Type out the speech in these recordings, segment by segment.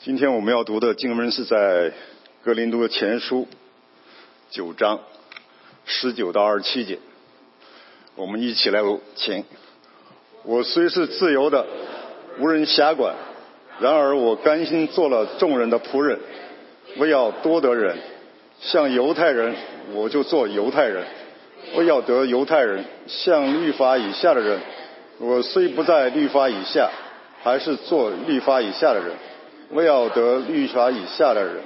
今天我们要读的经文是在《格林多前书》九章十九到二十七节，我们一起来读，请。我虽是自由的，无人辖管，然而我甘心做了众人的仆人，为要多得人。像犹太人，我就做犹太人；我要得犹太人，像律法以下的人。我虽不在律法以下，还是做律法以下的人。我要得律法以下的人，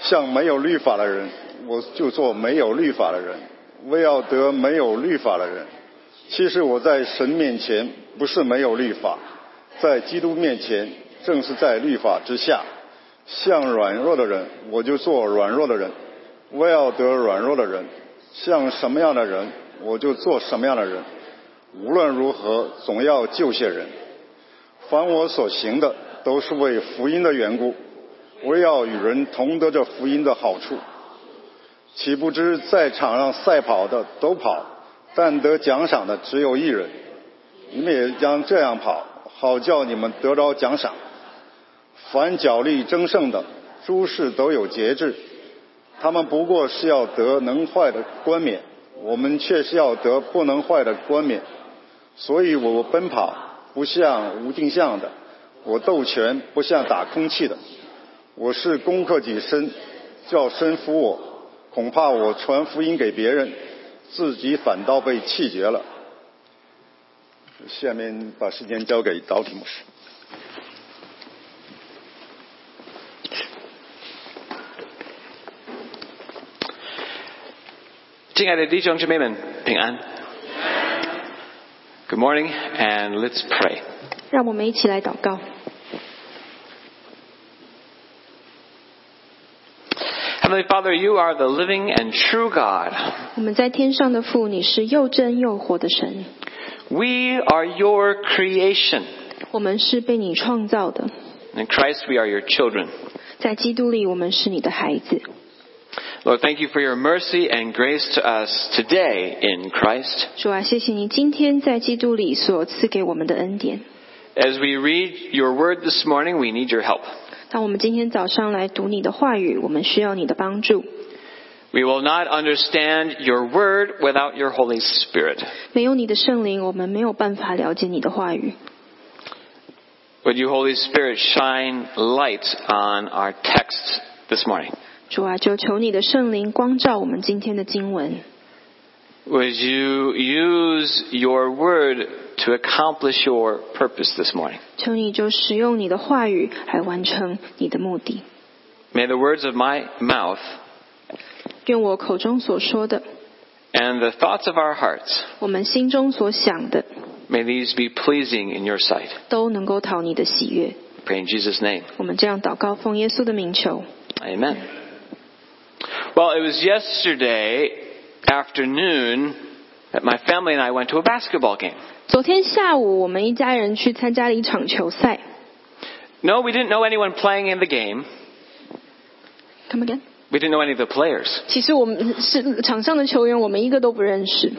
像没有律法的人，我就做没有律法的人；我要得没有律法的人。其实我在神面前不是没有律法，在基督面前正是在律法之下。像软弱的人，我就做软弱的人；我要得软弱的人。像什么样的人，我就做什么样的人。无论如何，总要救些人。凡我所行的，都是为福音的缘故，我要与人同得这福音的好处。岂不知在场上赛跑的都跑，但得奖赏的只有一人。你们也将这样跑，好叫你们得着奖赏。凡角力争胜的，诸事都有节制。他们不过是要得能坏的冠冕，我们却是要得不能坏的冠冕。所以我奔跑不像无定向的，我斗拳不像打空气的。我是攻克己身，叫身服我，恐怕我传福音给别人，自己反倒被气绝了。下面把时间交给导体牧师。亲爱的弟兄姊妹们，平安。Good morning, and let's pray. 让我们一起来祷告。 Heavenly Father, you are the living and true God. 我们在天上的父，你是又真又活的神， We are your creation. 我们是被你创造的， In Christ, we are your children. 在基督里，我们是你的孩子。 Lord, thank you for your mercy and grace to us today in Christ. 主啊，谢谢你今天在基督里所赐给我们的恩典。 As we read your word this morning, we need your help. 当我们今天早上来读你的话语，我们需要你的帮助。 We will not understand your word without your Holy Spirit. 没有你的圣灵，我们没有办法了解你的话语。 Would you, Holy Spirit, shine light on our text this morning? 主啊，就求你的圣灵光照我们今天的经文。 Would you use your word to accomplish your purpose this morning? 求你就使用你的话语来完成你的目的。 May the words of my mouth 愿我口中所说的， and the thoughts of our hearts, 我们心中所想的， may these be pleasing in your sight. 都能够讨你的喜悦。 Pray in Jesus' name. 我们这样祷告，奉耶稣的名求。 Amen. Well, it was yesterday afternoon that my family and I went to a basketball game. 昨天下午，我们一家人去参加了一场球赛。 No, we didn't know anyone playing in the game. Come again？ We didn't know any of the players. 其实我们是场上的球员，我们一个都不认识。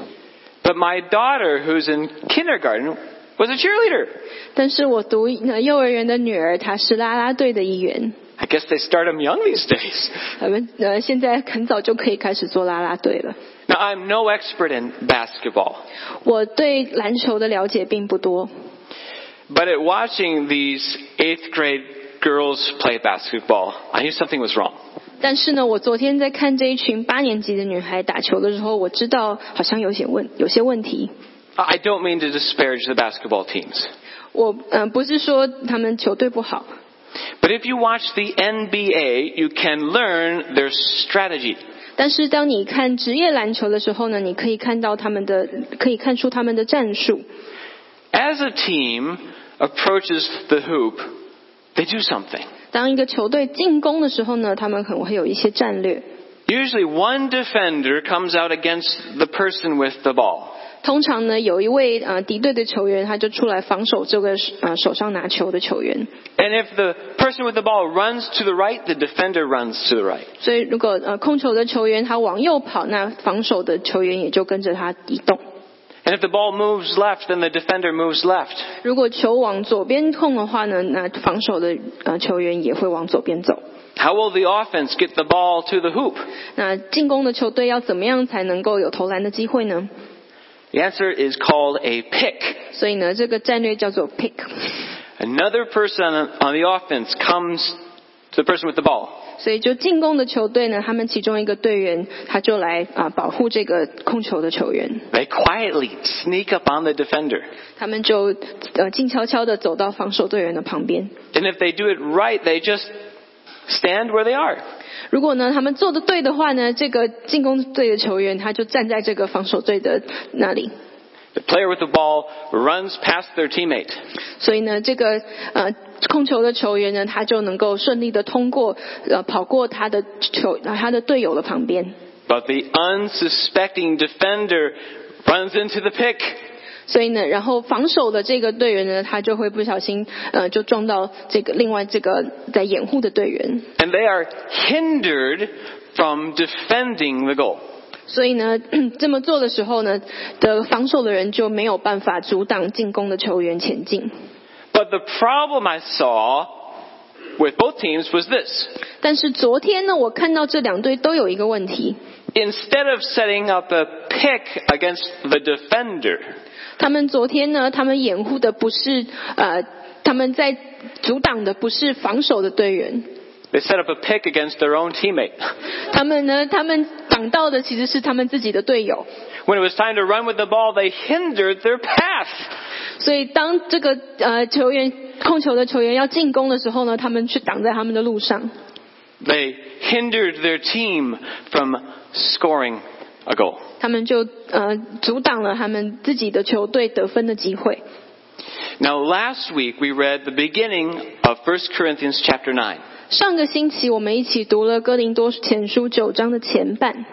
But my daughter, who's in kindergarten, was a cheerleader. 但是我读呃幼儿园的女儿，她是啦啦队的一员。 I guess they start them young these days. 我们呃现在很早就可以开始做啦啦队了。 Now, I'm no expert in basketball, 我对篮球的了解并不多， but at watching these eighth grade girls play basketball, I knew something was wrong. 但是呢，我昨天在看这一群八年级的女孩打球的时候，我知道好像有些问有些问题。 I I don't mean to disparage the basketball teams, 我嗯、呃不是说他们球队不好， but if you watch the NBA, you can learn their strategy. 但是当你看职业篮球的时候呢，你可以看到他们的，可以看出他们的战术。 As a team approaches the hoop, they do something. 当一个球队进攻的时候呢，他们可能会有一些战略。 Usually, one defender comes out against the person with the ball. 通常呢，有一位呃敌对的球员，他就出来防守这个呃手上拿球的球员。 And if the person with the ball runs to the right, the defender runs to the right. 所以如果呃控球的球员他往右跑，那防守的球员也就跟着他移动。 And if the ball moves left, then the defender moves left. 如果球往左边控的话呢，那防守的呃球员也会往左边走。 How will the offense get the ball to the hoop? 那进攻的球队要怎么样才能够有投篮的机会呢？ The answer is called a pick. 所以呢，这个战略叫做 pick。 Another person on the offense comes to the person with the ball. 所以就进攻的球队呢，他们其中一个队员他就来啊、保护这个控球的球员， They quietly sneak up on the defender. 他们就呃静悄悄地走到防守队员的旁边。 And if they do it right, they just stand where they are. 如果呢他们做的对的话呢，这个进攻队的球员他就站在这个防守队的那里。 The player with the ball runs past their teammate. 所以呢，这个呃控球的球员呢，他就能够顺利的通过呃跑过他的球他的队友的旁边。 But the unsuspecting defender runs into the pick. 所以呢，然后防守的这个队员呢，他就会不小心呃就撞到这个另外这个在掩护的队员。 And they are hindered from defending the goal. 所以呢， 这么做的时候呢，的防守的人就没有办法阻挡进攻的球员前进。 But the problem I saw with both teams was this. 但是昨天呢，我看到这两队都有一个问题， Instead of setting up a pick against the defender, 他们昨天呢，他们掩护的不是呃，他们在阻挡的不是防守的队员， they set up a pick against their own teammate. 他们呢，他们挡到的其实是他们自己的队友， When it was time to run with the ball, they hindered their path. 所以当这个呃球员控球的球员要进攻的时候呢，他们去挡在他们的路上， They hindered their team from scoring a goal. 他们就呃阻挡了他们自己的球队得分的机会。 Now, last week we read the beginning of 1 Corinthians chapter 9. 上个星期我们一起读了哥林多前书九章的前半，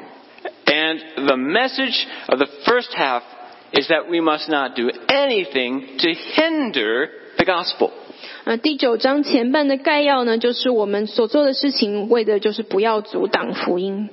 And the message of the first half is that we must not do anything to hinder the gospel. 呃，第九章前半的概要呢，就是我们所做的事情，为的就是不要阻挡福音。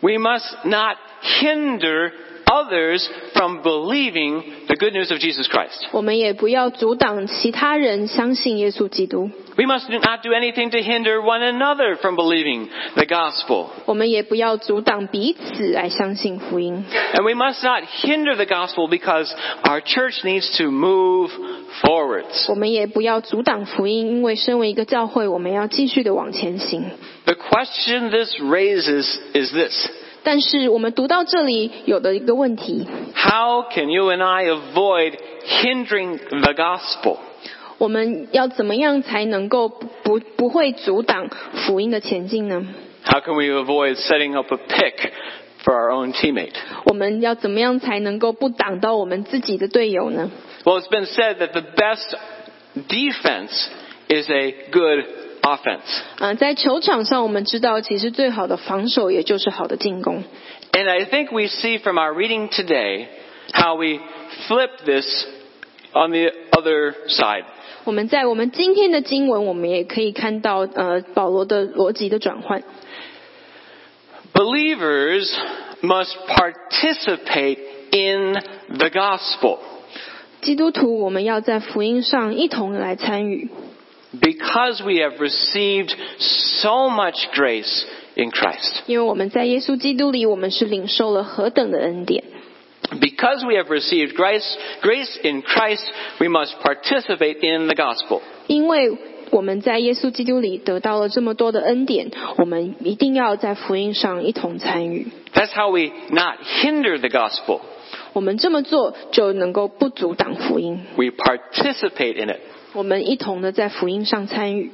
We must not hinder others from believing the good news of Jesus Christ. 我们也不要阻挡其他人相信耶稣基督， We must not do anything to hinder one another from believing the gospel. 我们也不要阻挡彼此来相信福音。 And we must not hinder the gospel because our church needs to move forwards. 我们也不要阻挡福音，因为身为一个教会，我们要继续的往前行。 The question this raises is this. 但是我们读到这里，有的一个问题， How can you and I avoid hindering the gospel? 我们要怎么样才能够不不不会阻挡福音的前进呢？ How can we avoid setting up a pick for our own teammate? 我们要怎么样才能够不挡到我们自己的队友呢？ Well, it's been said that the best defense is a good offense. 啊、在球场上，我们知道，其实最好的防守也就是好的进攻。 And I think we see from our reading today how we flip this on the other side. 我们在我们今天的经文，我们也可以看到，呃，保罗的逻辑的转换。 Believers must participate in the gospel 基督徒，我们要在福音上一同来参与， because we have received so much grace in Christ. 因为我们在耶稣基督里，我们是领受了何等的恩典。 Because we have received grace, grace in Christ, we must participate in the gospel. 因为我们在耶稣基督里得到了这么多的恩典，我们一定要在福音上一同参与。 That's how we not hinder the gospel. 我们这么做就能够不阻挡福音， We participate in it. 我们一同的在福音上参与。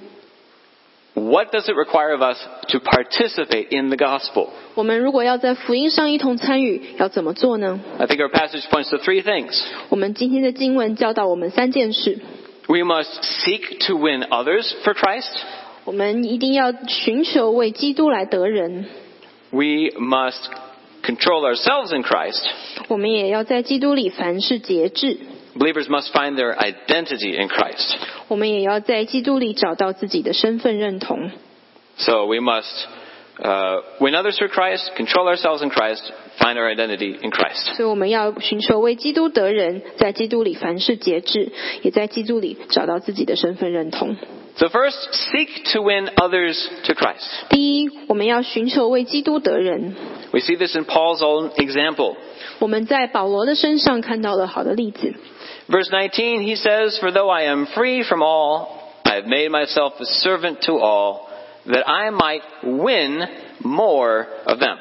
What does it require of us to participate in the gospel? 我们如果要在福音上一同参与，要怎么做呢？ I think our passage points to three things. 我们今天的经文教导我们三件事： We must seek to win others for Christ. 我们一定要寻求为基督来得人， We must control ourselves in Christ. 我们也要在基督里凡事节制， Believers must find their identity in Christ. 我们也要在基督里找到自己的身份认同。 So we must uh, win others for Christ, control ourselves in Christ, find our identity in Christ. 所以我们要寻求为基督得人，在基督里凡事节制，也在基督里找到自己的身份认同。 So first, seek to win others to Christ. 第一，我们要寻求为基督得人。 We see this in Paul's own example. 我们在保罗的身上看到了好的例子。 Verse 19, he says, For though I am free from all, I have made myself a servant to all, that I might win more of them.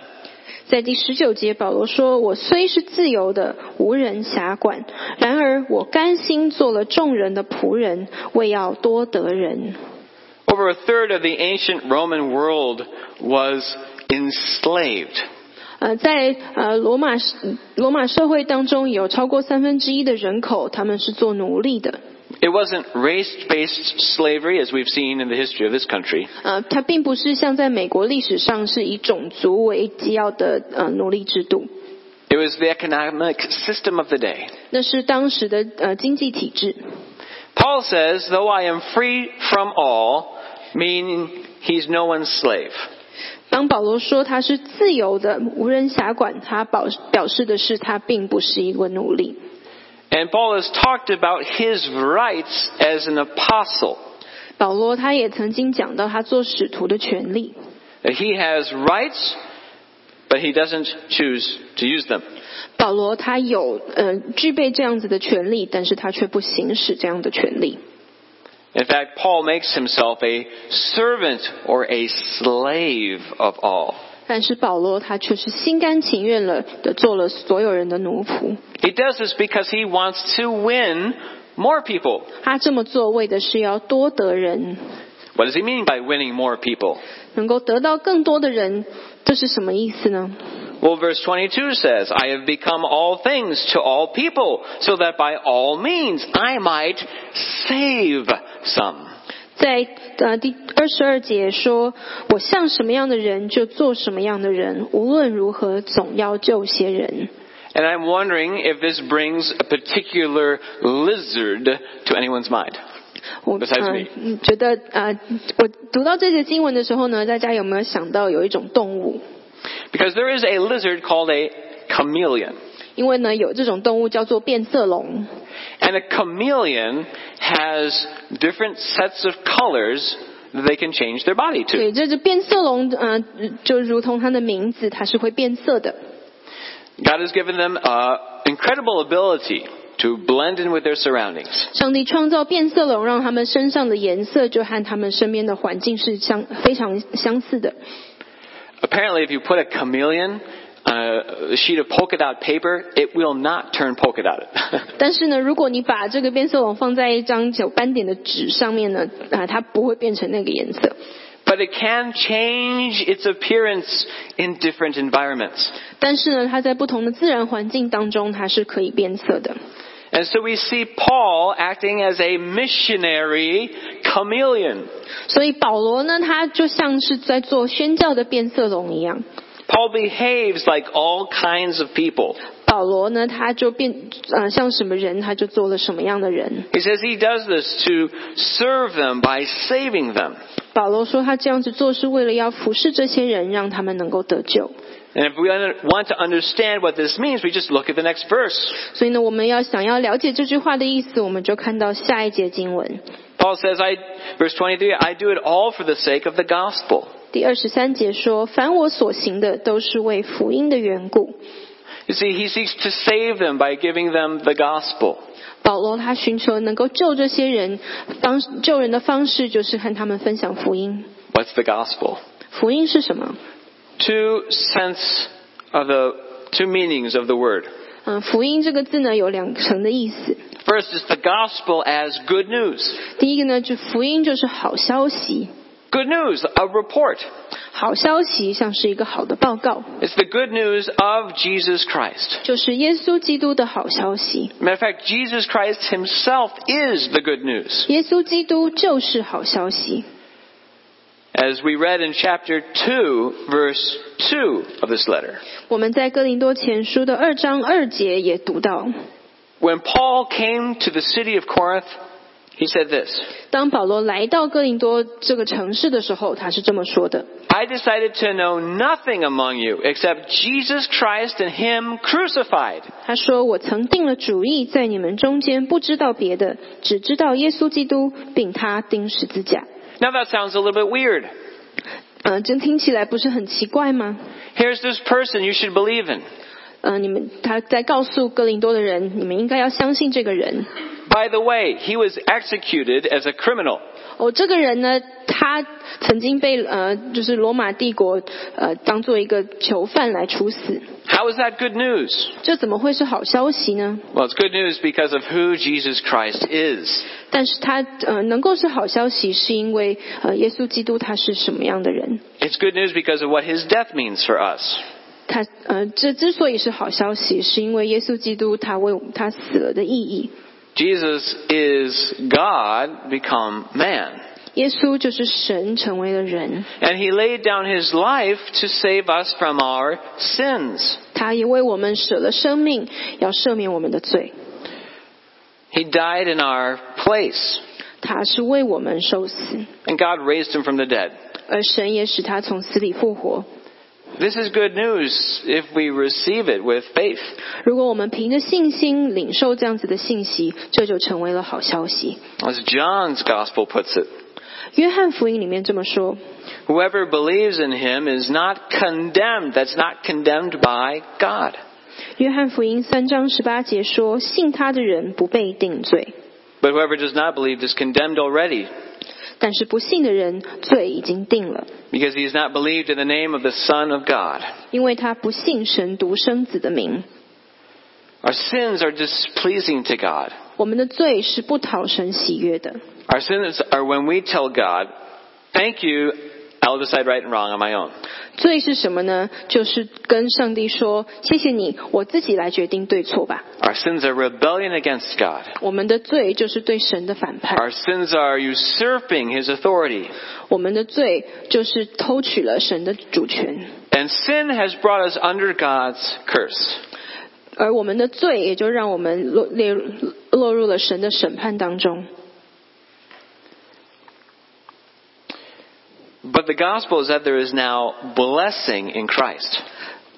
在第十九节，保罗说：“我虽是自由的，无人辖管；然而我甘心做了众人的仆人，为要多得人。 Over a third of the ancient Roman world was enslaved. ”呃，在呃罗马罗马社会当中，有超过三分之一的人口他们是做奴隶的。 It wasn't race-based slavery as we've seen in the history of this country. 呃，它并不是像在美国历史上是以种族为基要的呃奴隶制度， It was the economic system of the day. 那是当时的呃经济体制。 Paul says, though I am free from all, meaning he's no one's slave. 当保罗说他是自由的，无人辖管，他表表示的是他并不是一个奴隶。 And Paul has talked about his rights as an apostle. 保罗他也曾经讲到他做使徒的权利， That he has rights, but he doesn't choose to use them. 保罗他有呃具备这样子的权利，但是他却不行使这样的权利。 In fact, Paul makes himself a servant or a slave of all. 但是保罗他却是心甘情愿了的做了所有人的奴仆。 He does this because he wants to win more people. 他这么做为的是要多得人， What does he mean by winning more people? 能够得到更多的人，这是什么意思呢？ Well, verse 22 says, I have become all things to all people, so that by all means I might save some. 在呃第二十二节说：“我像什么样的人，就做什么样的人，无论如何总要救些人。 And I'm wondering if this brings a particular lizard to anyone's mind. 我” Besides 呃 me 嗯觉得呃，我读到这些经文的时候呢，大家有没有想到有一种动物？ Because there is a lizard called a chameleon. 因为呢，有这种动物叫做变色龙， And a chameleon has different sets of colors that they can change their body to. 对，这只变色龙，呃，就如同它的名字，它是会变色的。 God has given them uh, incredible ability to blend in with their surroundings. 上帝创造变色龙，让它们身上的颜色就和它们身边的环境是相非常相似的。 Apparently, if you put a chameleon on a sheet of polka dot paper, it will not turn polka dotted. 但是呢，如果你把这个变色龙放在一张有斑点的纸上面呢，啊，它不会变成那个颜色， but it can change its appearance in different environments. 但是呢，它在不同的自然环境当中，它是可以变色的。 And so we see Paul acting as a missionary chameleon. 所以保罗呢，他就像是在做宣教的变色龙一样。 Paul behaves like all kinds of people. 保罗呢，他就变，呃，像什么人，他就做了什么样的人。 He says he does this to serve them by saving them. 保罗说，他这样子做是为了要服侍这些人，让他们能够得救。 And if we under- want to understand what this means, we just look at the next verse. 所以呢，我们要想要了解这句话的意思，我们就看到下一节经文 Paul says, I, verse 23, I do it all for the sake of the gospel. 第二十三节说：“凡我所行的，都是为福音的缘故。 You see, he seeks to save them by giving them the gospel. ”保罗他寻求能够救这些人，方救人的方式就是和他们分享福音。 What's the gospel? 福音是什么？ Two sense of the, two meanings of the word. 嗯，福音这个字呢有两层的意思。 First is the gospel as good news. 第一个呢，就福音就是好消息， Good news, a report. 好消息像是一个好的报告， It's the good news of Jesus Christ. 就是耶稣基督的好消息。 Matter of fact, Jesus Christ himself is the good news. 耶稣基督就是好消息。 As we read in chapter 2, verse 2 of this letter. 我们在哥林多前书的二章二节也读到， When Paul came to the city of Corinth, He said this 当保罗来到哥林多这个城市的时候，他是这么说的 I decided to know nothing among you except Jesus Christ and Him crucified.：“ 他说，我曾定了主意，在你们中间不知道别的，只知道耶稣基督，并他钉十字架。 Now that sounds a little bit weird. ”嗯、这听起来不是很奇怪吗？ Here's this person you should believe in. 嗯、你们他在告诉哥林多的人，你们应该要相信这个人。 By the way, he was executed as a criminal. 哦，这个人呢，他曾经被呃，就是罗马帝国呃当做一个囚犯来处死， How is that good news? 这怎么会是好消息呢？ Well, it's good news because of who Jesus Christ is. 但是他呃能够是好消息，是因为呃耶稣基督他是什么样的人？ It's good news because of what his death means for us. 他呃这之所以是好消息，是因为耶稣基督他为我们他死了的意义。 Jesus is God become man. 耶稣就是神成为了人， And he laid down his life to save us from our sins. 他也为我们舍了生命，要赦免我们的罪。 He died in our place. 他是为我们受死， And God raised him from the dead. 而神也使他从死里复活。 This is good news if we receive it with faith. 如果我们凭着信心领受这样子的信息，这就成为了好消息。 As John's gospel puts it. 约翰福音里面这么说： Whoever believes in him is not condemned. That's not condemned by God. 约翰福音三章十八节说：“信他的人不被定罪， But whoever does not believe is condemned already 但是不信的人罪已经定了， because he has not believed in the name of the Son of God. 因为他不信神独生子的名。 Our sins are displeasing to God. ”我们的罪是不讨神喜悦的。 Our sins are when we tell God, thank you, I'll decide right and wrong on my own. 罪是什么呢？就是跟上帝说：“谢谢你，我自己来决定对错吧。 Our sins are rebellion against God. ”我们的罪就是对神的反叛， Our sins are usurping his authority. 我们的罪就是偷取了神的主权。 And sin has brought us under God's curse. 而我们的罪也就让我们落列入落入了神的审判当中。 But the gospel is that there is now blessing in Christ.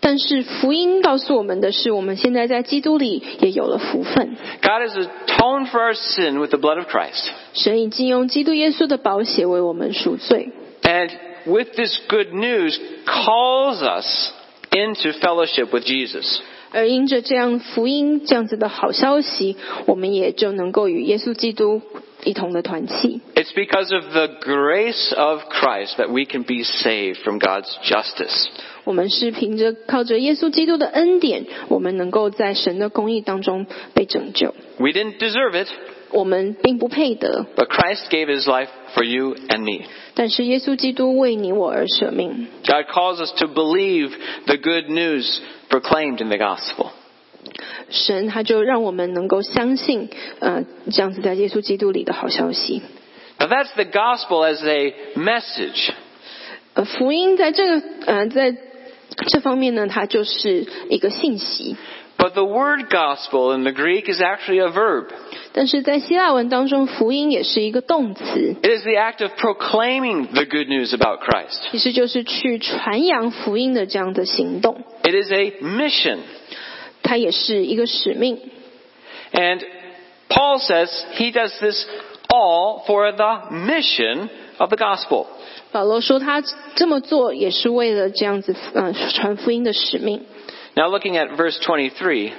但是福音告诉我们的是，我们现在在基督里也有了福分。 God has atoned for our sin with the blood of Christ. 神已经用基督耶稣的宝血为我们赎罪， And with this good news calls us into fellowship with Jesus. 而因着这样福音这样子的好消息，我们也就能够与耶稣基督一同的团契。 It's because of the grace of Christ that we can be saved from God's justice. 我们是凭着靠着耶稣基督的恩典，我们能够在神的公义当中被拯救。 We didn't deserve it, 我们并不配得， but Christ gave his life for you and me. 但是耶稣基督为你我而舍命。 God calls us to believe the good news proclaimed in the gospel. 神他就让我们能够相信，呃，这样子在耶稣基督里的好消息。 Now that's the gospel as a message. 呃，福音在这个呃在这方面呢，它就是一个信息， But the word gospel in the Greek is actually a verb. 但是在希腊文当中，福音也是一个动词， It is the act of proclaiming the good news about Christ. 其实就是去传扬福音的这样的行动， It is a mission. 它也是一个使命。 And Paul says he does this all for the mission of the gospel. 保罗说他这么做也是为了这样子，呃，传福音的使命。 Now looking at verse 23,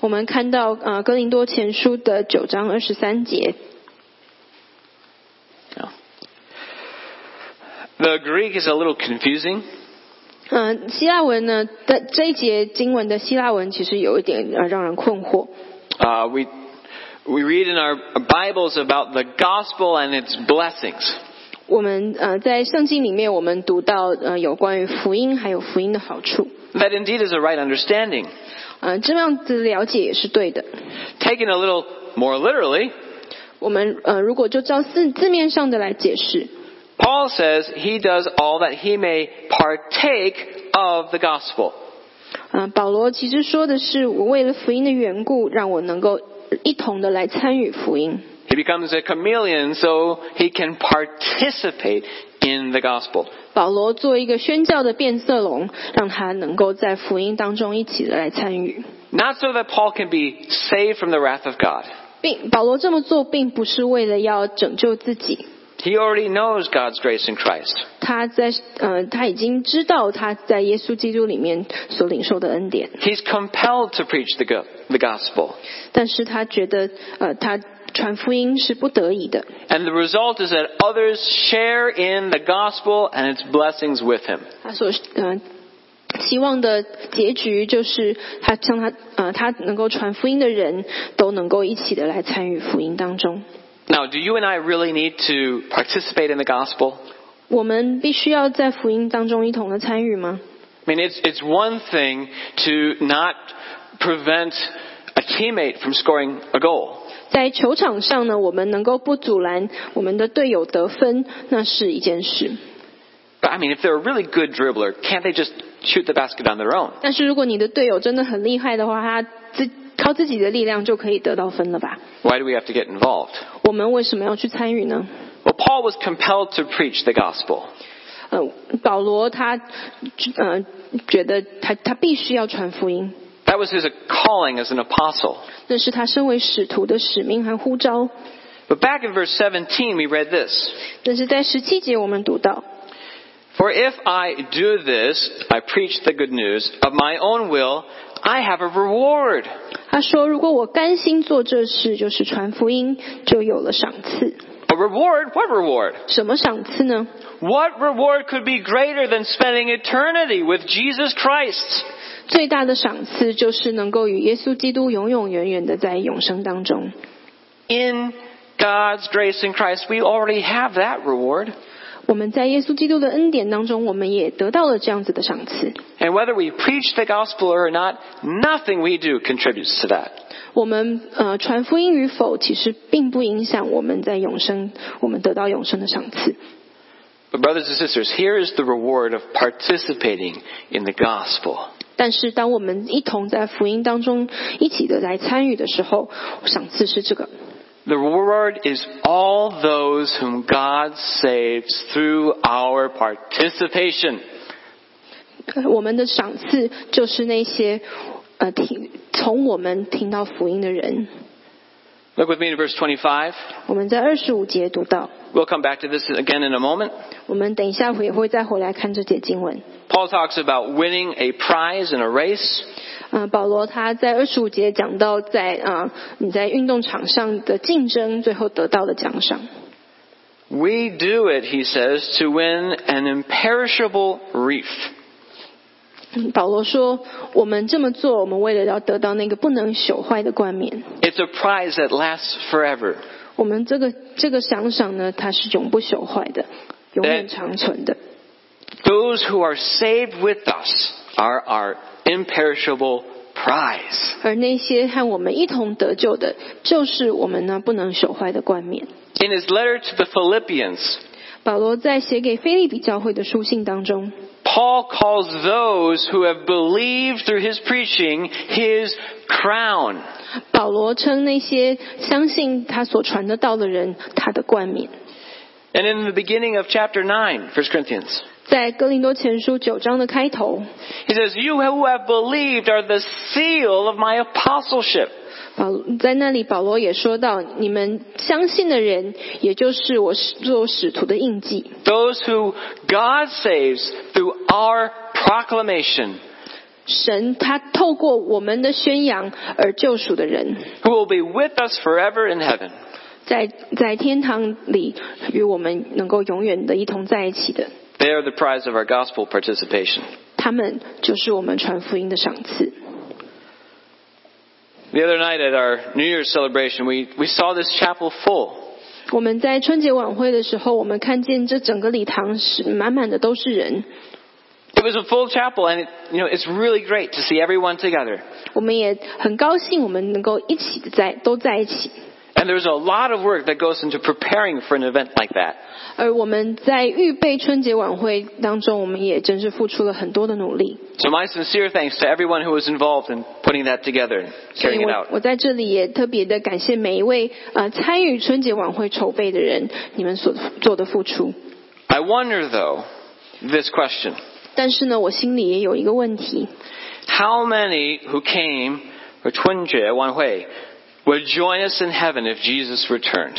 我们看到，呃，哥林多前书的九章二十三节， the Greek is a little confusing. 嗯，希腊文呢的这一节经文的希腊文其实有一点呃让人困惑。 Uh, we, we read in our Bibles about the gospel and its blessings. 我们呃在圣经里面我们读到呃有关于福音还有福音的好处， That indeed is a right understanding. 呃这样子了解也是对的。 Taken a little more literally, 我们呃如果就照字字面上的来解释， Paul says he does all that he may partake of the gospel. 呃保罗其实说的是我为了福音的缘故，让我能够一同的来参与福音。 He becomes a chameleon so he can participate in the gospel. 保罗作为一个宣教的变色龙，让他能够在福音当中一起的来参与， Not so that Paul can be saved from the wrath of God. 并保罗这么做并不是为了要拯救自己， He already knows God's grace in Christ. 他在呃他已经知道他在耶稣基督里面所领受的恩典， He's compelled to preach the, go- the gospel. 但是他觉得呃他传福音是不得已的， And the result is that others share in the gospel and its blessings with him. 他所呃希望的结局就是他像他呃他能够传福音的人都能够一起的来参与福音当中。 Now, do you and I really need to participate in the gospel? 我们必须要在福音当中一同的参与吗？ I mean, it's, it's one thing to not prevent a teammate from scoring a goal. 在球场上呢，我们能够不阻拦我们的队友得分，那是一件事。 But I mean, if they're a really good dribbler, can't they just shoot the basket on their own? 但是如果你的队友真的很厉害的话，他自靠自己的力量就可以得到分了吧？ Why do we have to get involved? 我们为什么要去参与呢？ Well, Paul was compelled to preach the gospel. 呃，保罗他呃觉得他他必须要传福音， That was his calling as an apostle. 那是他身为使徒的使命和呼召。 But back in verse 17, we read this. 但是在十七节我们读到， For if I do this, I preach the good news, of my own will, I have a reward. 他说：“如果我甘心做这事，就是传福音，就有了赏赐。 A reward? What reward? 什么赏赐呢？ What reward could be greater than spending eternity with Jesus Christ? 最大的赏赐就是能够与耶稣基督永永远远的在永生当中。 In God's grace in Christ, we already have that reward. 我们在耶稣基督的恩典当中，我们也得到了这样子的赏赐。 And whether we preach the gospel or not, nothing we do contributes to that. 我们呃传福音与否，其实并不影响我们在永生，我们得到永生的赏赐。 But brothers and sisters, here is the reward of participating in the gospel. 但是，当我们一同在福音当中一起的来参与的时候，赏赐是这个。 The reward is all those whom God saves through our participation. 呃我们的赏赐就是那些呃听从我们听到福音的人。 Look with me to verse 25. 我们在二十五节读到， We'll come back to this again in a moment. 我们等一下也会再回来看这节经文。 Paul talks about winning a prize in a race. 呃，保罗他在二十五节讲到在啊、呃你在运动场上的竞争，最后得到的奖赏。 We do it, he says, to win an imperishable wreath. 嗯保罗说，我们这么做，我们为了要得到那个不能朽坏的冠冕。 It's a prize that lasts forever. 我们这个这个奖赏呢，它是永不朽坏的，永远长存的。 Those who are saved with us are our imperishable prize. 而那些和我们一同得救的，就是我们呢不能朽坏的冠冕。 In his letter to the Philippians, 保罗在写给菲利比教会的书信当中， Paul calls those who have believed through his preaching his crown. 保罗称那些相信他所传得到的人，他的冠冕。 And in the beginning of chapter 9, 1 Corinthians, 在哥林多前书九章的开头， he says, You who have believed are the seal of my apostleship. 保在那里保罗也说到，你们相信的人，也就是我使做使徒的印记， Those who God saves through our proclamation, 神他透过我们的宣扬而救赎的人， who will be with us forever in heaven. 在在天堂里与我们能够永远的一同在一起的， They are the prize of our gospel participation. 他们就是我们传福音的赏赐。 The other night at our New Year's celebration, we, we saw this chapel full. 我们在春节晚会的时候，我们看见这整个礼堂是满满的都是人， It was a full chapel, and it, you know it's really great to see everyone together. 我们也很高兴我们能够一起在都在一起。 And there's a lot of work that goes into preparing for an event like that. 而我们在预备春节晚会当中，我们也真是付出了很多的努力。 So my sincere thanks to everyone who was involved in putting that together and 所以 carrying it 我 out. 我在这里也特别的感谢每一位呃参与春节晚会筹备的人，你们所做的付出。 I wonder though, this question. 但是呢，我心里也有一个问题： How many who came for Twinjie Wan Hui would join us in heaven if Jesus returned?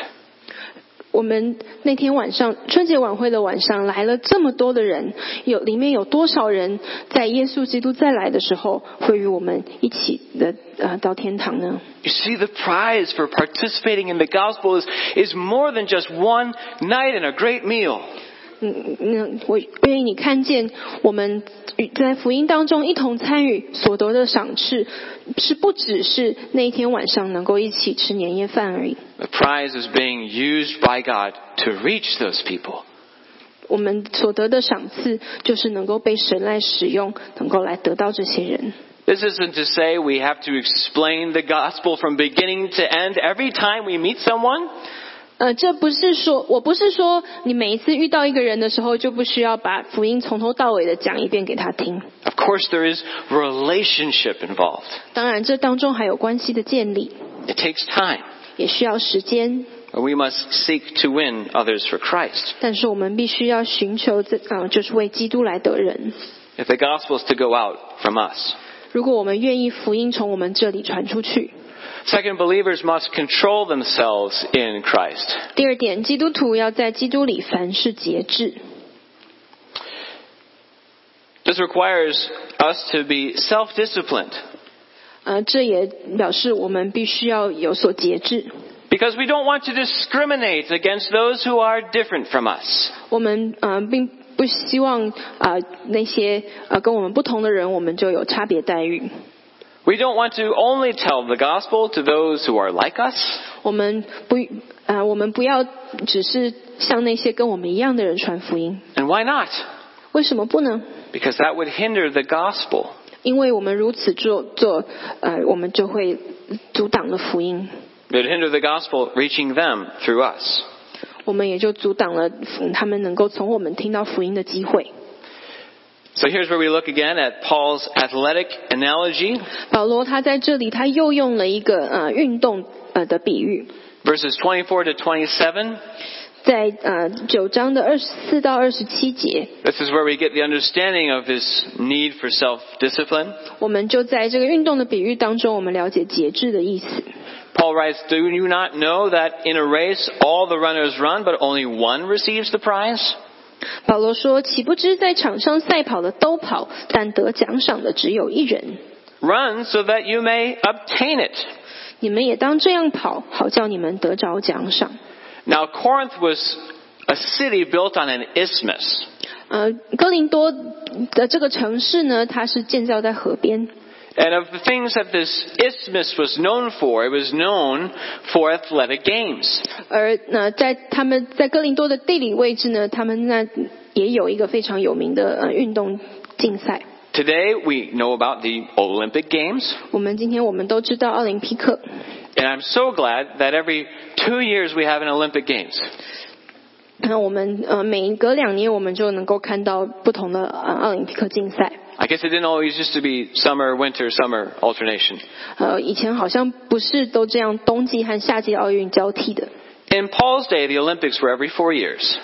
我们那天晚上春节晚会的晚上来了这么多的人，有里面有多少人在耶稣基督再来的时候会与我们一起的呃到天堂呢？ You see, the prize for participating in the gospel is, is more than just one night and a great meal. 嗯，嗯，我愿意你看见我们与在福音当中一同参与所得的赏赐，是不只是那一天晚上能够一起吃年夜饭而已。 The prize is being used by God to reach those people. 我们所得的赏赐，就是能够被神来使用，能够来得到这些人。 This isn't to say we have to explain the gospel from beginning to end every time we meet someone. 呃，这不是说，我不是说你每一次遇到一个人的时候，就不需要把福音从头到尾的讲一遍给他听。 Of course, there is relationship involved. 当然，这当中还有关系的建立， It takes time. 也需要时间。 We must seek to win others for Christ. 但是我们必须要寻求这啊、呃就是为基督来得人。 If the gospel is to go out from us. 如果我们愿意福音从我们这里传出去。 Second, believers must control themselves in Christ. 第二点，基督徒要在基督里凡事节制， This requires us to be self-disciplined 呃，这也表示我们必须要有所节制。 because we don't want to discriminate against those who are different from us. 我们呃，并不希望啊、呃那些呃跟我们不同的人，我们就有差别待遇。 We don't want to only tell the gospel to those who are like us. 我们不呃，我们不要只是向那些跟我们一样的人传福音， And why not? 为什么不呢？ Because that would hinder the gospel. 因为我们如此做做，呃，我们就会阻挡了福音， It would hinder the gospel reaching them through us. 我们也就阻挡了嗯他们能够从我们听到福音的机会。 So here's where we look again at Paul's athletic analogy, 保罗他在这里他又用了一个呃运动呃的比喻， verses 24 to 27. 在呃九章的二十四到二十七节， This is where we get the understanding of his need for self-discipline. 我们就在这个运动的比喻当中，我们了解节制的意思。 Paul writes, Do you not know that in a race all the runners run, but only one receives the prize? 保罗说：“岂不知在场上赛跑的都跑，但得奖赏的只有一人。 Run so that you may obtain it. 你们也当这样跑，好叫你们得着奖赏。 Now, Corinth was a city built on an isthmus. ”呃，哥林多的这个城市呢，它是建造在河边。 And of the things that this isthmus was known for, it was known for athletic games. 而那在他们在哥林多的地理位置呢，他们那也有一个非常有名的呃运动竞赛。 Today, we know about the Olympic Games. 我们今天我们都知道奥林匹克， And I'm so glad that every two years we have an Olympic Games. 那我们呃每隔两年我们就能够看到不同的呃奥林匹克竞赛。 I guess it didn't always used to be summer, winter, summer alternation. 呃，以前好像不是都这样，冬季和夏季奥运交替的。 In Paul's day, the Olympics were every four years.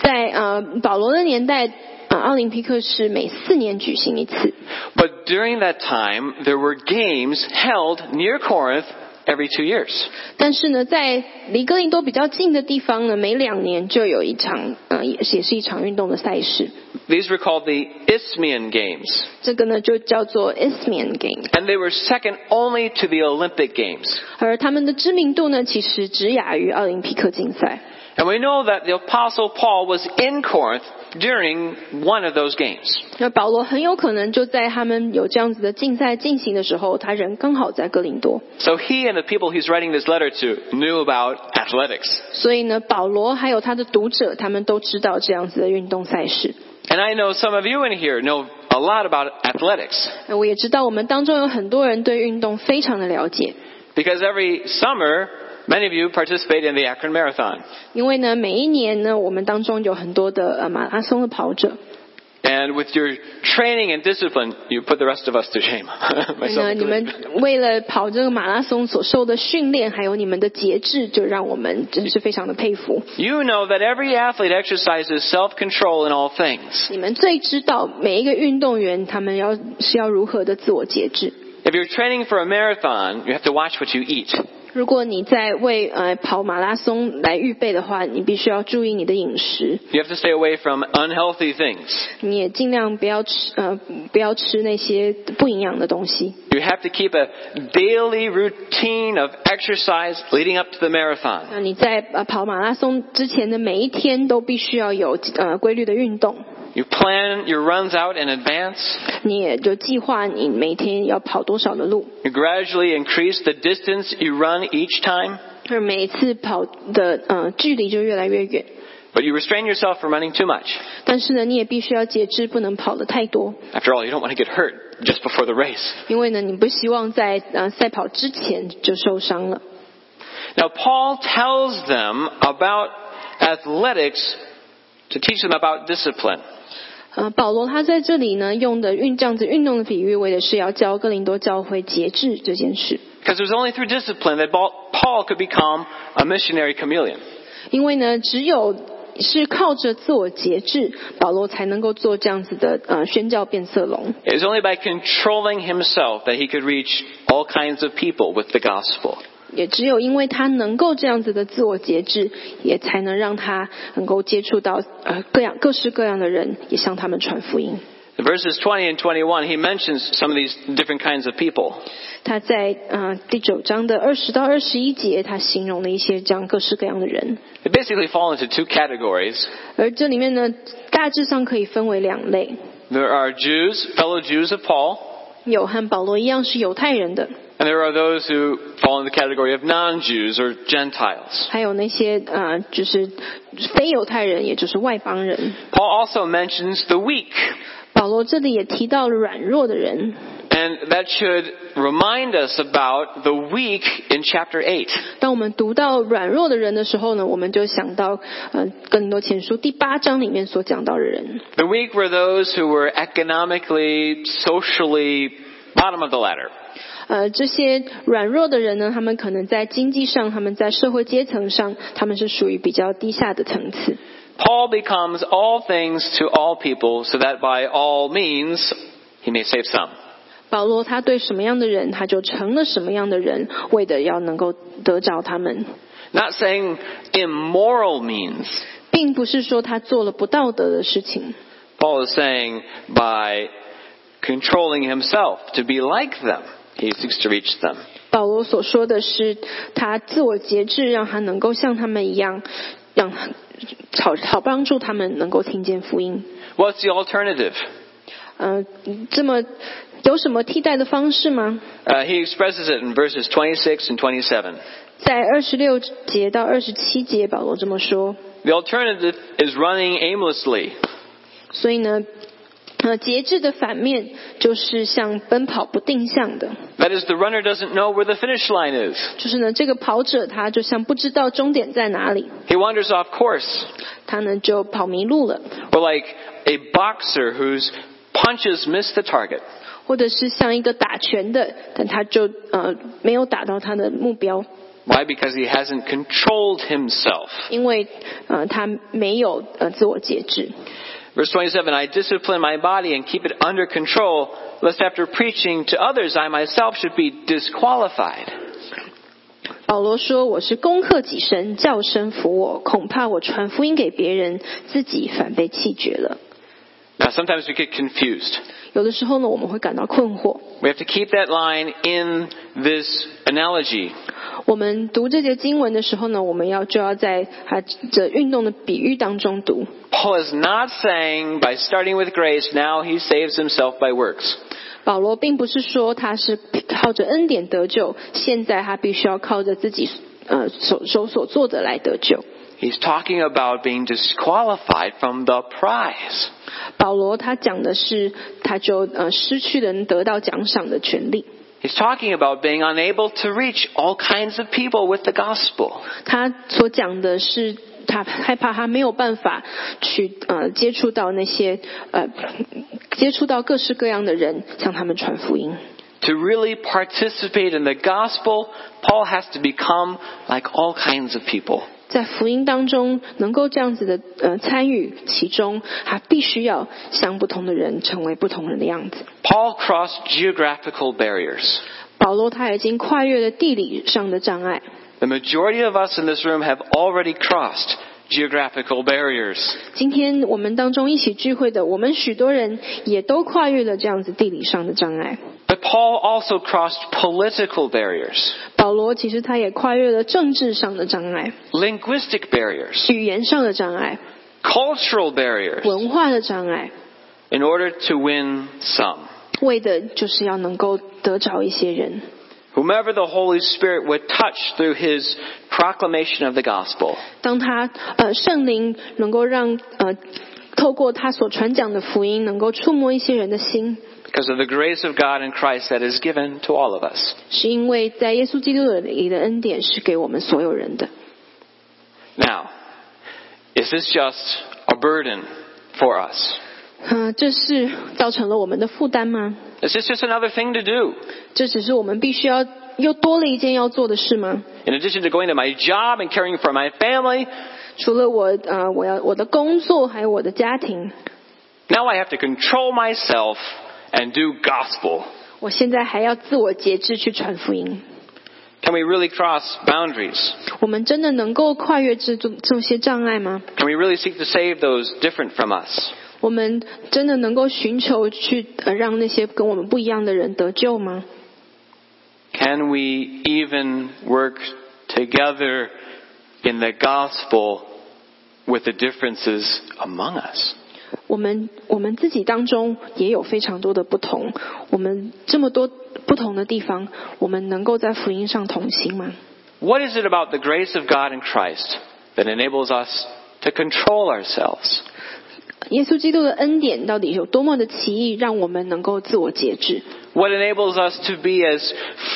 在呃保罗的年代，呃奥林匹克是每四年举行一次。 But during that time, there were games held near Corinth every two years. 但是呢，在离哥林多比较近的地方呢，每两年就有一场，呃，也是也是一场运动的赛事。 These were called the Isthmian Games, 这个呢就叫做 Isthmian Game， and they were second only to the Olympic Games. 而他们的知名度呢，其实只亚于奥林匹克竞赛。 And we know that the Apostle Paul was in Corinth during one of those games. 那保罗很有可能就在他们有这样子的竞赛进行的时候，他人刚好在哥林多， So he and the people he's writing this letter to knew about athletics. 所以呢，保罗还有他的读者，他们都知道这样子的运动赛事。 And I know some of you in here know a lot about athletics 那我也知道我们当中有很多人对运动非常的了解， because every summer Many of you participate in the Akron Marathon. 因为呢，每一年呢，我们当中有很多的呃马拉松的跑者， And with your training and discipline, you put the rest of us to shame. 所 Myself 以呢，你 included. 们 为了跑这个马拉松所受的训练，还有你们的节制，就让我们真是非常的佩服。 You know that every athlete exercises self-control in all things. 你们最知道每一个运动员他们要是要如何的自我节制。 If you're training for a marathon, you have to watch what you eat. 如果你在为呃跑马拉松来预备的话，你必须要注意你的饮食， You have to stay away from unhealthy things. 你也尽量不要吃呃不要吃那些不营养的东西。 You have to keep a daily routine of exercise leading up to the marathon. 那你在呃跑马拉松之前的每一天都必须要有呃规律的运动， You plan your runs out in advance. 你也就计划你每天要跑多少的路。 You gradually increase the distance you run each time, 而每次跑的呃距离就越来越远， but you restrain yourself from running too much. 但是呢，你也必须要节制，不能跑得太多， After all, you don't want to get hurt just before the race. 因为呢，你不希望在呃赛跑之前就受伤了。 Now, Paul tells them about athletics to teach them about discipline. 呃，保罗他在这里呢用的运这样子运动的比喻，为的是要教哥林多教会节制这件事。 Because it was only through discipline that Paul Paul could become a missionary chameleon. 因为呢，只有是靠着自我节制，保罗才能够做这样子的呃宣教变色龙。 It was only by controlling himself that he could reach all kinds of people with the gospel. 也只有因为他能够这样子的自我节制，也才能让他能够接触到呃各样各式各样的人，也向他们传福音。 In verses 20 and 21, he mentions some of these different kinds of people. 他在呃第九章的二十到二十一节，他形容了一些这样各式各样的人， They basically fall into two categories. 而这里面呢，大致上可以分为两类， There are Jews, fellow Jews of Paul, 有和保罗一样是犹太人的， and there are those who fall in the category of non-Jews or Gentiles. 还有那些呃就是非犹太人，也就是外邦人。 Paul also mentions the weak, 保罗这里也提到了软弱的人， and that should remind us about the weak in chapter 8. 当我们读到软弱的人的时候呢，我们就想到，呃，更多前书第八章里面所讲到的人， The weak were those who were economically, socially, bottom of the ladder. 呃，这些软弱的人呢，他们可能在经济上，他们在社会阶层上，他们是属于比较低下的层次。 Paul becomes all things to all people so that by all means he may save some. 保罗他对什么样的人，他就成了什么样的人，为的要能够得着他们， Not saying immoral means. 并不是说他做了不道德的事情。 Paul is saying by controlling himself to be like them, he seeks to reach them. 保罗所说的是，他自我节制，让他能够像他们一样，让好好帮助他们能够听见福音。 What's the alternative? 呃，这么有什么替代的方式吗？ Uh, he expresses it in verses 26 and 27. 在二十六节到二十七节，保罗这么说。 The alternative is running aimlessly. 所以呢，呃，节制的反面就是像奔跑不定向的， That is, the runner doesn't know where the finish line is. 就是呢，这个跑者他就像不知道终点在哪里， He wanders off course. 他呢就跑迷路了。 Or like a boxer whose punches miss the target. 或者是像一个打拳的，但他就呃没有打到他的目标， Why? Because he hasn't controlled himself. 因为呃他没有呃自我节制。 Verse 27, I discipline my body and keep it under control, lest after preaching to others I myself should be disqualified. 保罗说：“我是攻克己身，叫声服我，恐怕我传福音给别人，自己反被弃绝了。 Now sometimes we get confused. ”有的时候呢，我们会感到困惑。 We have to keep that line in this analogy. 我们读这些经文的时候呢，我们要就要在啊这运动的比喻当中读。 Paul is not saying by starting with grace, now he saves himself by works. 保罗并不是说他是靠着恩典得救，现在他必须要靠着自己呃手手所做的来得救。 He's talking about being disqualified from the prize. 保罗他讲的是，他就呃失去了得到奖赏的权利。 He He's talking about being unable to reach all kinds of people with the gospel. 他所讲的是他害怕他没有办法去呃接触到那些呃接触到各式各样的人，向他们传福音。 To really participate in the gospel, Paul has to become like all kinds of people. 在福音当中，能够这样子的呃参与其中，他必须要向不同的人成为不同人的样子。 Paul crossed geographical barriers. 保罗他已经跨越了地理上的障碍， The majority of us in this room have already crossed geographical barriers. 今天我们当中一起聚会的，我们许多人也都跨越了这样子地理上的障碍。 But Paul also crossed political barriers, 保罗其实他也跨越了政治上的障碍、 linguistic barriers, 语言上的障碍、 cultural barriers, 文化的障碍， in order to win some. 为的就是要能够得着一些人。 Whomever the Holy Spirit would touch through his proclamation of the gospel, 当他呃圣灵能够让呃透过他所传讲的福音，能够触摸一些人的心， because of the grace of God in Christ that is given to all of us. 是因为在耶稣基督的里的恩典是给我们所有人的。 Now, is this just a burden for us? 嗯、这是造成了我们的负担吗？ Is this just another thing to do? 这只是我们必须要又多了一件要做的事吗？ In addition to going to my job and caring for my family, 除了我呃，我要我的工作，还有我的家庭， now I have to control myself and do gospel. 我现在还要自我节制去传福音。 Can we really cross boundaries? 我们真的能够跨越这这这些障碍吗？ Can we really seek to save those different from us? 我们真的能够寻求去呃让那些跟我们不一样的人得救吗？ Can we even work together in the gospel with the differences among us? 我们我们自己当中也有非常多的不同，我们这么多不同的地方，我们能够在福音上同行吗？ What is it about the grace of God in Christ that enables us to control ourselves? 耶稣基督的恩典到底有多么的奇异，让我们能够自我节制？ What enables us to be as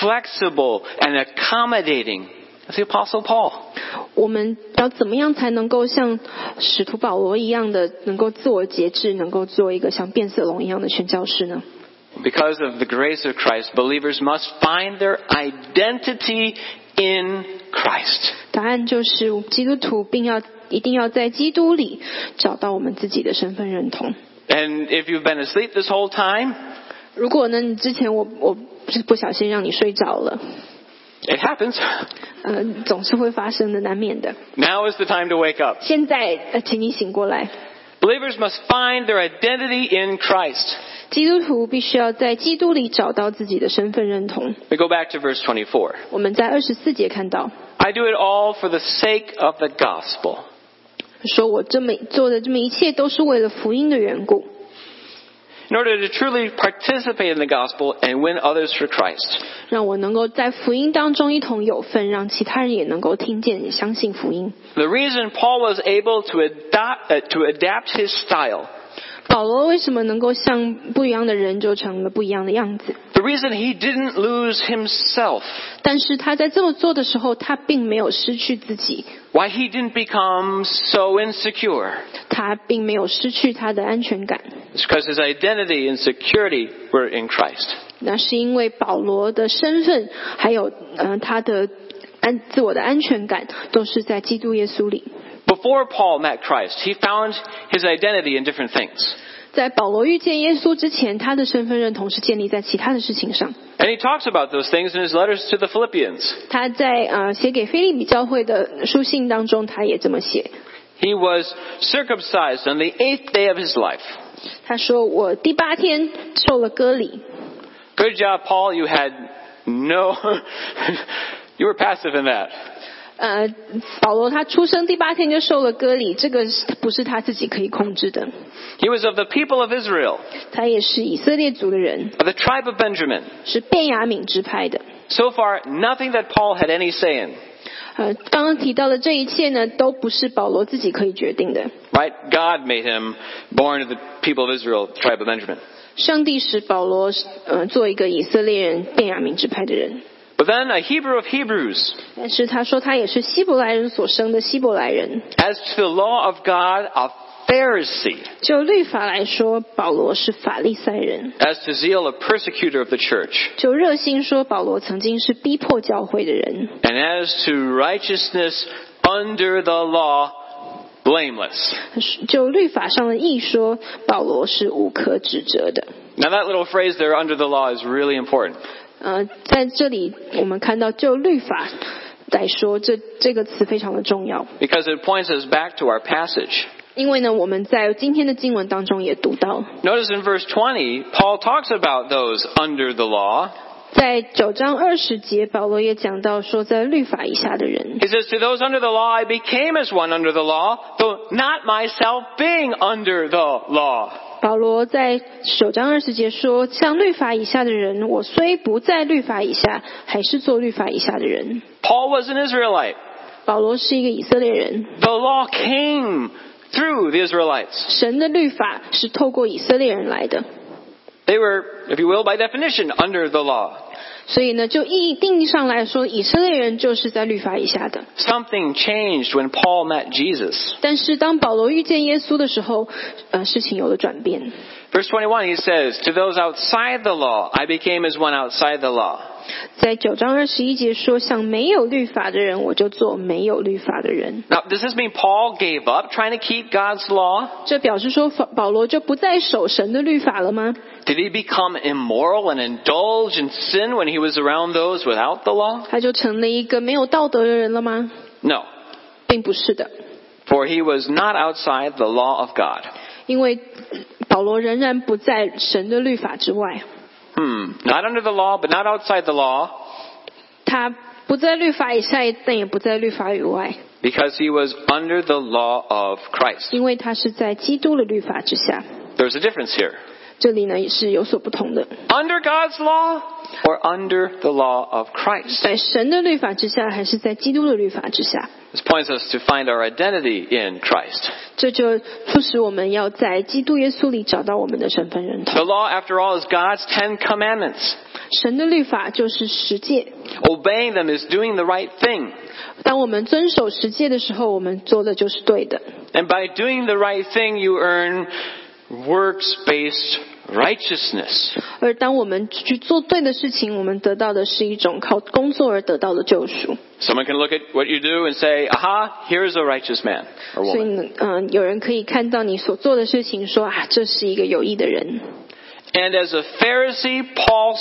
flexible and accommodating as the Apostle Paul? 我们要怎么样才能够像使徒保罗一样的，能够自我节制，能够做一个像变色龙一样的宣教师呢？ Because of the grace of Christ, believers must find their identity in Christ. 答案就是基督徒，并要一定要在基督里找到我们自己的身份认同。 And if you've been asleep this whole time, 如果呢，你之前我我是不小心让你睡着了， it happens. 呃，总是会发生的，难免的。 Now is the time to wake up. 现在呃，请你醒过来， Believers must find their identity in Christ. 基督徒必须要在基督里找到自己的身份认同。 We go back to verse 24. 我们在二十四节看到， I do it all for the sake of the gospel. 说我这么做的这么一切都是为了福音的缘故。 In order to truly participate in the gospel and win others for Christ, 让我能够在福音当中一同有份，让其他人也能够听见、也相信福音。 the reason Paul was able to adopt, uh, to adapt his style, 保罗为什么能够像不一样的人就成了不一样的样子？ the reason he didn't lose himself, 但是他在这么做的时候，他并没有失去自己， why he didn't become so insecure, 他并没有失去他的安全感。 is because his identity and security were in Christ. 那是因为保罗的身份，还有呃他的安自我的安全感，都是在基督耶稣里。 Before Paul met Christ, he found his identity in different things. 在保罗遇见耶稣之前，他的身份认同是建立在其他的事情上。 And he talks about those things in his letters to the Philippians. 他在呃写给菲利比教会的书信当中，他也这么写。 He was circumcised on the eighth day of his life. 他说：“我第八天受了割礼， Good job, Paul. You had no, you were passive in that. 呃，保罗他出生第八天就受了割礼，这个是不是他自己可以控制的？ He was of the people of Israel, 他也是以色列族的人， of the tribe of Benjamin. 是便雅敏支派的。 So far, nothing that Paul had any say in. 啊、呃，刚刚提到的这一切呢，都不是保罗自己可以决定的。 Right? God made him born of the people of Israel, the tribe of Benjamin. 上帝使保罗呃做一个以色列人便雅明支派的人， But then a Hebrew of Hebrews, 但是他说他也是希伯来人所生的希伯来人。 as to the law of God, a Pharisee, 就律法来说，保罗是法利赛人； as to zeal, a persecutor of the church, 就热心说，保罗曾经是逼迫教会的人； and as to righteousness under the law, blameless. 就律法上的义说，保罗是无可指责的。 Now that little phrase there, under the law, is really important. 呃，在这里我们看到，就律法来说，这这个词非常的重要， Because it points us back to our passage. 因为呢，我们在今天的经文当中也读到， Notice in verse 20, Paul talks about those under the law. 在九章二十节，保罗也讲到说，在律法以下的人， He says, To those under the law, I became as one under the law, though not myself being under the law. 保罗在九章二十节说，像律法以下的人，我虽不在律法以下，还是做律法以下的人。 Paul was an Israelite. 保罗是一个以色列人， The law came through the Israelites. 神的律法是透过以色列人来的， They were, if you will, by definition, under the law. 所以呢，就意义定义上来说，以色列人就是在律法以下的。 Something changed when Paul met Jesus. 但是当保罗遇见耶稣的时候，呃，事情有了转变。 Verse 21, he says, To those outside the law, I became as one outside the law. 在九章二十一节说：“像没有律法的人，我就做没有律法的人。 Now, does this mean Paul gave up trying to keep God's law? ”这表示说保保罗就不再守神的律法了吗？ Did he become immoral and indulge in sin when he was around those without the law? 他就成了一个没有道德的人了吗？ No, 并不是的， for he was not outside the law of God. 因为呃保罗仍然不在神的律法之外， Hmm, not under the law, but not outside the law, 他不在律法以下，但也不在律法以外， because he was under the law of Christ. 因为他是在基督的律法之下。 There's a difference here. 这里呢也是有所不同的， Under God's law or under the law of Christ? 在神的律法之下，还是在基督的律法之下？ This points us to find our identity in Christ. 这就促使我们要在基督耶稣里找到我们的身份认 The 同。 law, after all, is God's Ten Commandments. 神的律法就是十诫， Obeying them is doing the right thing. 当我们遵守十诫的时候，我们做的就是对的。 And by doing the right thing, you earn works based righteousness. 而当我们去做对的事情，我们得到的是一种靠工作而得到的救赎。 Someone can look at what you do and say, aha, here's a righteous man or 所以 woman. 呢，嗯、有人可以看到你所做的事情，说啊，这是一个有益的人。 And as a Pharisee, Paul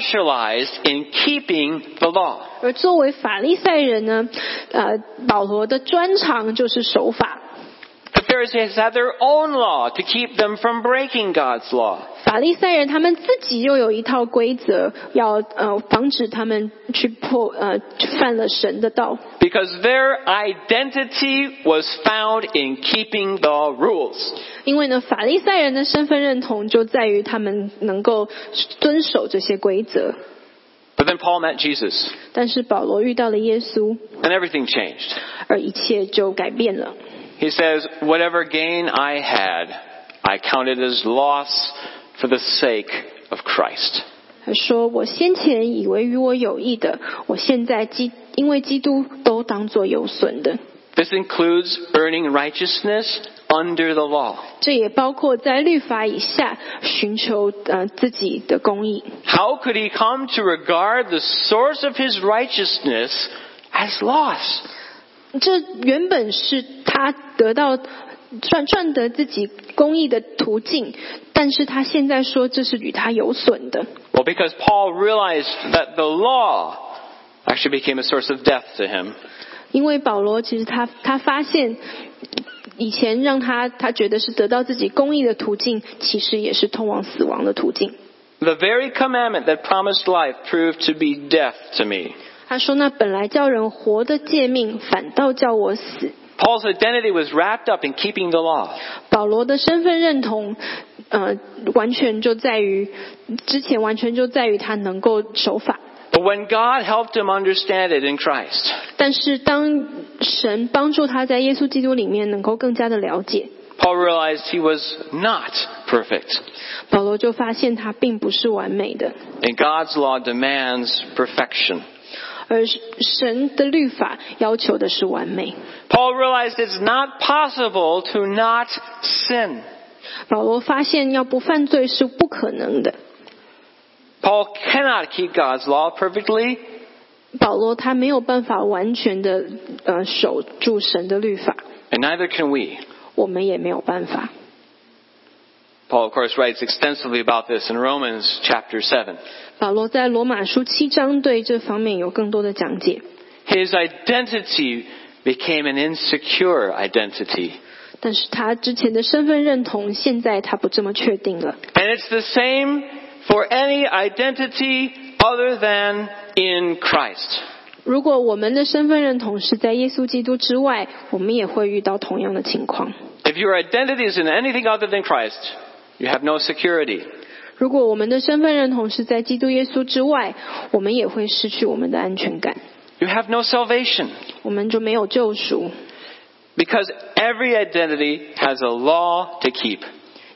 specialized in keeping the law. 而作为法利赛人呢，呃，保罗的专长就是守法。 The Pharisees had their own law to keep them from breaking God's law. 法利赛人他们自己又有一套规则，要呃防止他们去破呃犯了神的道， Because their identity was found in keeping the rules. 因为呢法利赛人的身份认同就在于他们能够遵守这些规则。 But then Paul met Jesus, 但是保罗遇到了耶稣， and everything changed. 而一切就改变了。 He says, Whatever gain I had, I counted as loss for the sake of Christ. 他说：“我先前以为与我有益的，我现在基因为基督都当作有损的。 This includes earning righteousness under the law. 这也包括在律法以下寻求呃自己的公义。 How could he come to regard the source of his righteousness as loss? 这原本是他得到赚赚得自己公益的途径，但是他现在说这是与他有损的， Well, because Paul realized that the law actually became a source of death to him. 因为保罗其实他他发现。”以前让他他觉得是得到自己公益的途径，其实也是通往死亡的途径。 The very commandment that promised life proved to be death to me. 他说：“那本来叫人活的诫命，反倒叫我死。 Paul's identity was wrapped up in keeping the law. ”保罗的身份认同，呃，完全就在于之前完全就在于他能够守法。 But when God helped him understand it in Christ, 但是当神帮助他在耶稣基督里面能够更加的了解， Paul realized he was not perfect. 保罗就发现他并不是完美的， And God's law demands perfection. 而神的律法要求的是完美。 Paul realized it's not possible to not sin. 保罗发现要不犯罪是不可能的。 Paul cannot keep God's law perfectly. 保罗他没有办法完全的呃守住神的律法， And neither can we. 我们也没有办法。 Paul, of course, writes extensively about this in Romans chapter 7. 保罗在罗马书七章对这方面有更多的讲解， His identity became an insecure identity. 但是他之前的身份认同现在他不这么确定了。 And it's the same for any identity other than in Christ. 如果我们的身份认同是在耶稣基督之外，我们也会遇到同样的情况。 If your identity is in anything other than Christ, you have no security. 如果我们的身份认同是在基督耶稣之外，我们也会失去我们的安全感， You have no salvation. 我们就没有救赎。 Because every identity has a law to keep.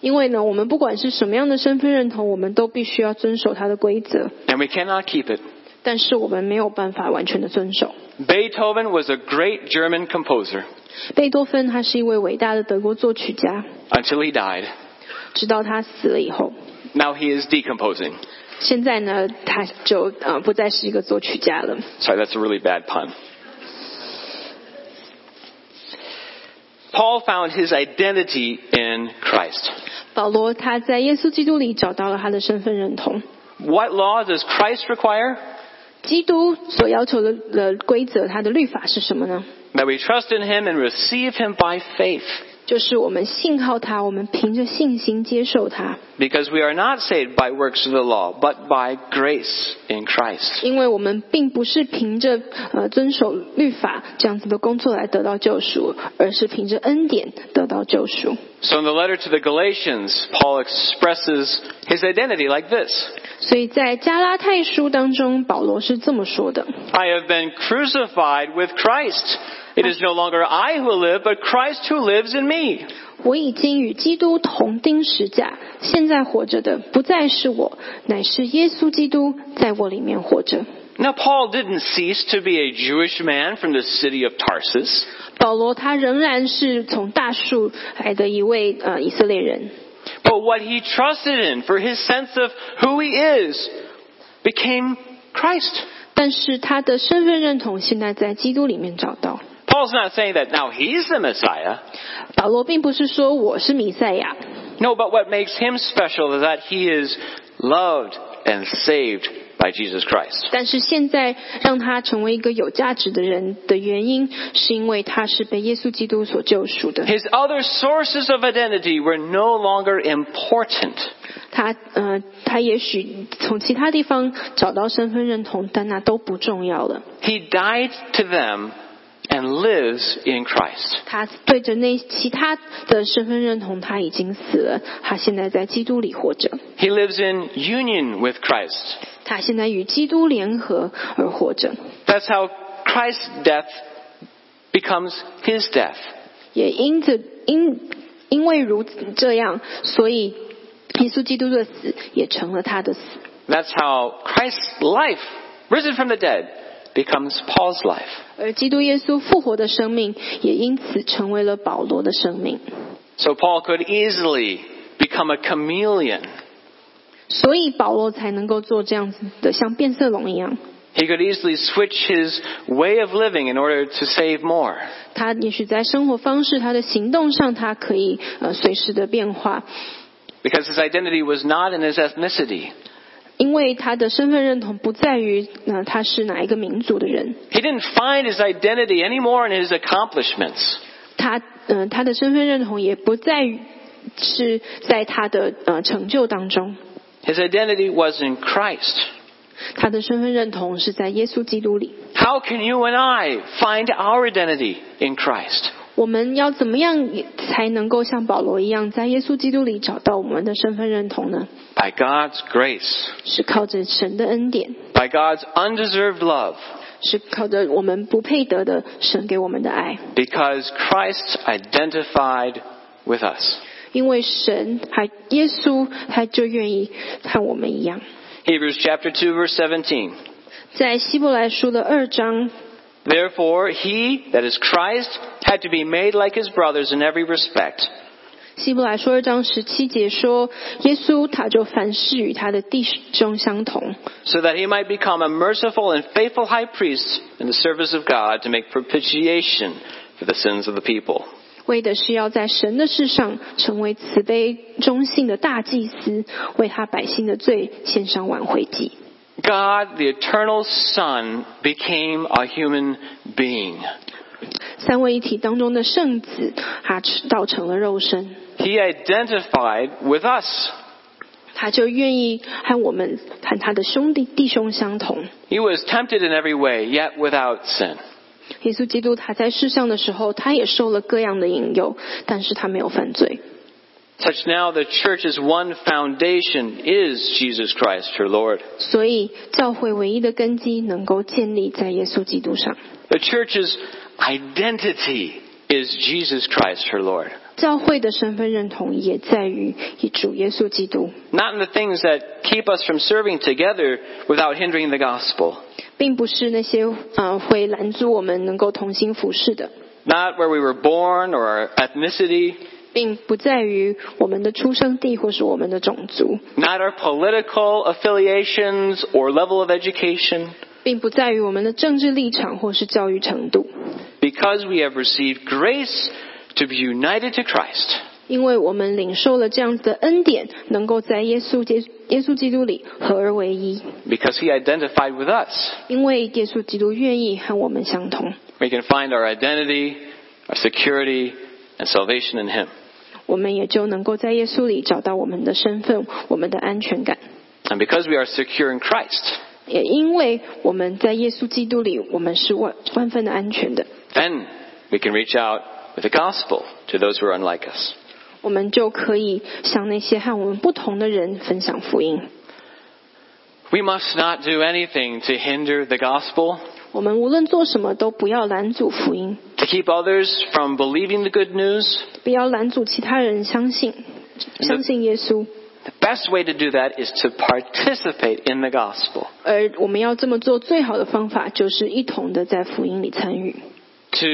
因为呢，我们不管是什么样的身份认同，我们都必须要遵守它的规则， And we cannot keep it. 但是我们没有办法完全的遵守。 Beethoven was a great German composer 贝多芬他是一位伟大的德国作曲家， until he died. 直到他死了以后， Now he is decomposing. 现在呢，他就呃不再是一个作曲家了。 Sorry, that's a really bad pun. Paul found his identity in Christ. 保罗他在耶稣基督里找到了他的身份认同。 What law does Christ require? 基督所要求的的规则，他的律法是什么呢？ That we trust in him and receive him by faith. 就是我们信靠他，我们凭着信心接受他， Because we are not saved by works of the law, but by grace in Christ. 因为我们并不是凭着呃遵守律法这样子的工作来得到救赎，而是凭着恩典得到救赎。 So in the letter to the Galatians, Paul expresses his identity like this. 所以在加拉太书当中，保罗是这么说的 I have been crucified with Christ. It is no longer I who live, but Christ who lives in me.：“ 我已经与基督同钉十架，现在活着的不再是我，乃是耶稣基督在我里面活着。” Now, Paul didn't cease to be a Jewish man from the city of Tarsus. 保罗他仍然是从大树来的一位呃以色列人， But what he trusted in for his sense of who he is became Christ. 但是他的身份认同现在在基督里面找到。 Paul's not saying that now he's the Messiah. 保罗并不是说我是弥赛亚， No, but what makes him special is that he is loved and saved by Jesus Christ. 但是现在让他成为一个有价值的人的原因，是因为他是被耶稣基督所救赎的。 His other sources of identity were no longer important. 他呃，他也许从其他地方找到身份认同，但那都不重要了。 He died to them and lives in Christ. 他对着那其他的身份认同，他已经死了，他现在在基督里活着。 He lives in union with Christ. 他现在与基督联合而活着， That's how Christ's death becomes his death. 也因此因因为如此这样，所以耶稣基督的死也成了他的死。 That's how Christ's life, risen from the dead, becomes Paul's life. 而基督耶稣复活的生命，也因此成为了保罗的生命。 So Paul could easily become a chameleon. 所以保罗才能够做这样子的，像变色龙一样。 He could easily switch his way of living in order to save more. 他也许在生活方式、他的行动上，他可以呃随时的变化， Because his identity was not in his ethnicity. 因为他的身份认同不在于呃他是哪一个民族的人， He didn't find his identity anymore in his accomplishments. 他呃他的身份认同也不在于是在他的呃成就当中， His identity was in Christ. 他的身份认同是在耶稣基督里。 How can you and I find our identity in Christ? 我们要怎么样才能够像保罗一样，在耶稣基督里找到我们的身份认同呢？ By God's grace, 是靠着神的恩典， by God's undeserved love, 是靠着我们不配得的神给我们的爱， because Christ identified with us. 因为神还耶稣他就愿意和我们一样。 Hebrews chapter 2 verse 17. 在希伯来书的二章， Therefore he, that is Christ, had to be made like his brothers in every respect, 希伯来书二章十七节说，耶稣他就凡事与他的弟兄相同， so that he might become a merciful and faithful high priest in the service of God to make propitiation for the sins of the people. 为的是要在神的事上成为慈悲忠信的大祭司，为他百姓的罪献上挽回祭。 God, the eternal Son, became a human being. 三位一体当中的圣子，他道成了肉身， He identified with us. 他就愿意和我们和他的兄弟弟兄相同。 He was tempted in every way, yet without sin. 耶稣基督他在世上的时候，他也受了各样的引诱，但是他没有犯罪。 Such now the church's one foundation is Jesus Christ, her Lord. 所以，教会唯一的根基能够建立在耶稣基督上。 The church's identity is Jesus Christ, her Lord. 教会的身份认同也在于以主耶稣基督， Not in the things that keep us from serving together without hindering the gospel. 并不是那些呃会拦阻我们能够同心服侍的， Not where we were born or our ethnicity. 并不在于我们的出生地或是我们的种族， Not our political affiliations or level of education. 并不在于我们的政治立场或是教育程度， Because we have received grace to be united to Christ. 因为我们领受了这样子的恩典，能够在耶稣基耶稣基督里合而为一， Because he identified with us. 因为耶稣基督愿意和我们相同， We can find our identity, our security, and salvation in Him. 我们也就能够在耶稣里找到我们的身份，我们的安全感。 And because we are secure in Christ, 也因为我们在耶稣基督里，我们是万万分的安全的， then we can reach out with the gospel to those who are unlike us. 我们就可以向那些和我们不同的人分享福音。 We must not do anything to hinder the gospel, 我们无论做什么，都不要拦阻福音， to keep others from believing the good news. 不要拦阻其他人相信相信耶稣。 The best way to do that is to participate in the gospel, 而我们要这么做，最好的方法就是一同的在福音里参与， to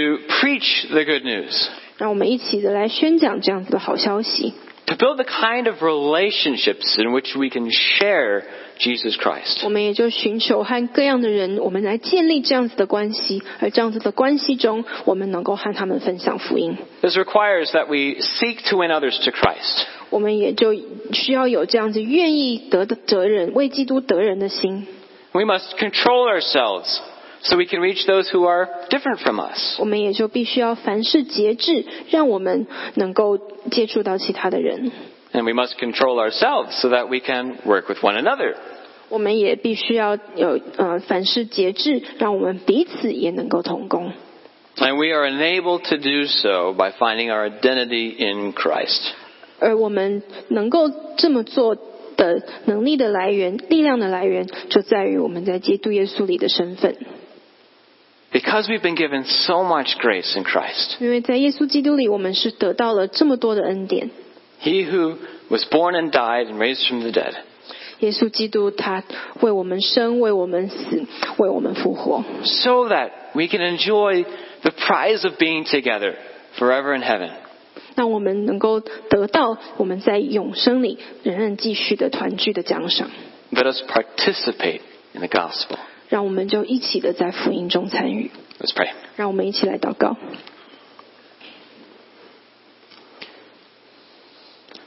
preach the good news, 让我们一起的来宣讲这样子的好消息， to build the kind of relationships in which we can share Jesus Christ. 我们也就寻求和各样的人，我们来建立这样子的关系，而这样子的关系中，我们能够和他们分享福音。 This requires that we seek to win others to Christ. 我们也就需要有这样子愿意得的责任，为基督得人的心。 We must control ourselves so we can reach those who are different from us. 我们也就必须要凡事节制，让我们能够接触到其他的人。 And we must control ourselves so that we can work with one another. 我们也必须要有呃凡事节制，让我们彼此也能够同工。 And we are enabled to do so by finding our identity in Christ. 而我们能够这么做的能力的来源、力量的来源，就在于我们在基督耶稣里的身份。 Because we've been given so much grace in Christ, 因为在耶稣基督里，我们是得到了这么多的恩典。 He who was born and died and raised from the dead 耶稣基督他为我们生，为我们死，为我们复活， so that we can enjoy the prize of being together forever in heaven. 让我们能够得到我们在永生里仍然继续的团聚的奖赏。 Let us participate in the gospel. 让我们就一起的在福音中参与， Let's pray. 让我们一起来祷告。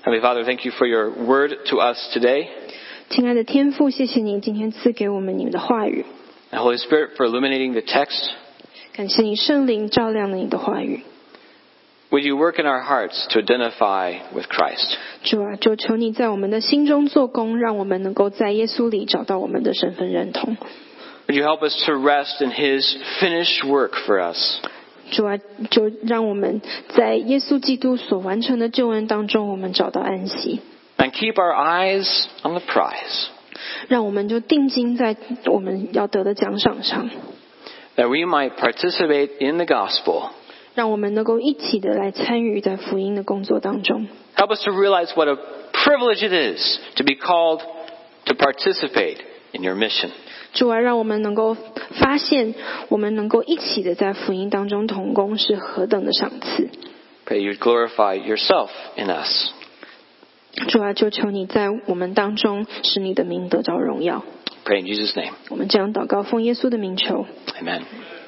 Heavenly Father, thank you for your word to us today. 亲爱的天父，谢谢你今天赐给我们你的话语， And Holy Spirit, for illuminating the text. 感谢你圣灵照亮了你的话语。 Would you work in our hearts to identify with Christ? 主啊，就求你在我们的心中做工，让我们能够在耶稣里找到我们的身份认同。 Would you help us to rest in His finished work for us? 主啊，就让我们在耶稣基督所完成的救恩当中，我们找到安息。 and keep our eyes on the prize, 让我们就定睛在我们要得的奖赏上， that we might participate in the gospel. 让我们能够一起的来参与在福音的工作当中。 Help us to realize what a privilege it is to be called to participate in your mission. 主啊，让我们能够发现，我们能够一起的在福音当中同工是何等的赏赐。 Pray you glorify yourself in us. 主啊，就求你在我们当中使你的名得着荣耀。 Pray in Jesus' name. 我们这样祷告，奉耶稣的名求， Amen.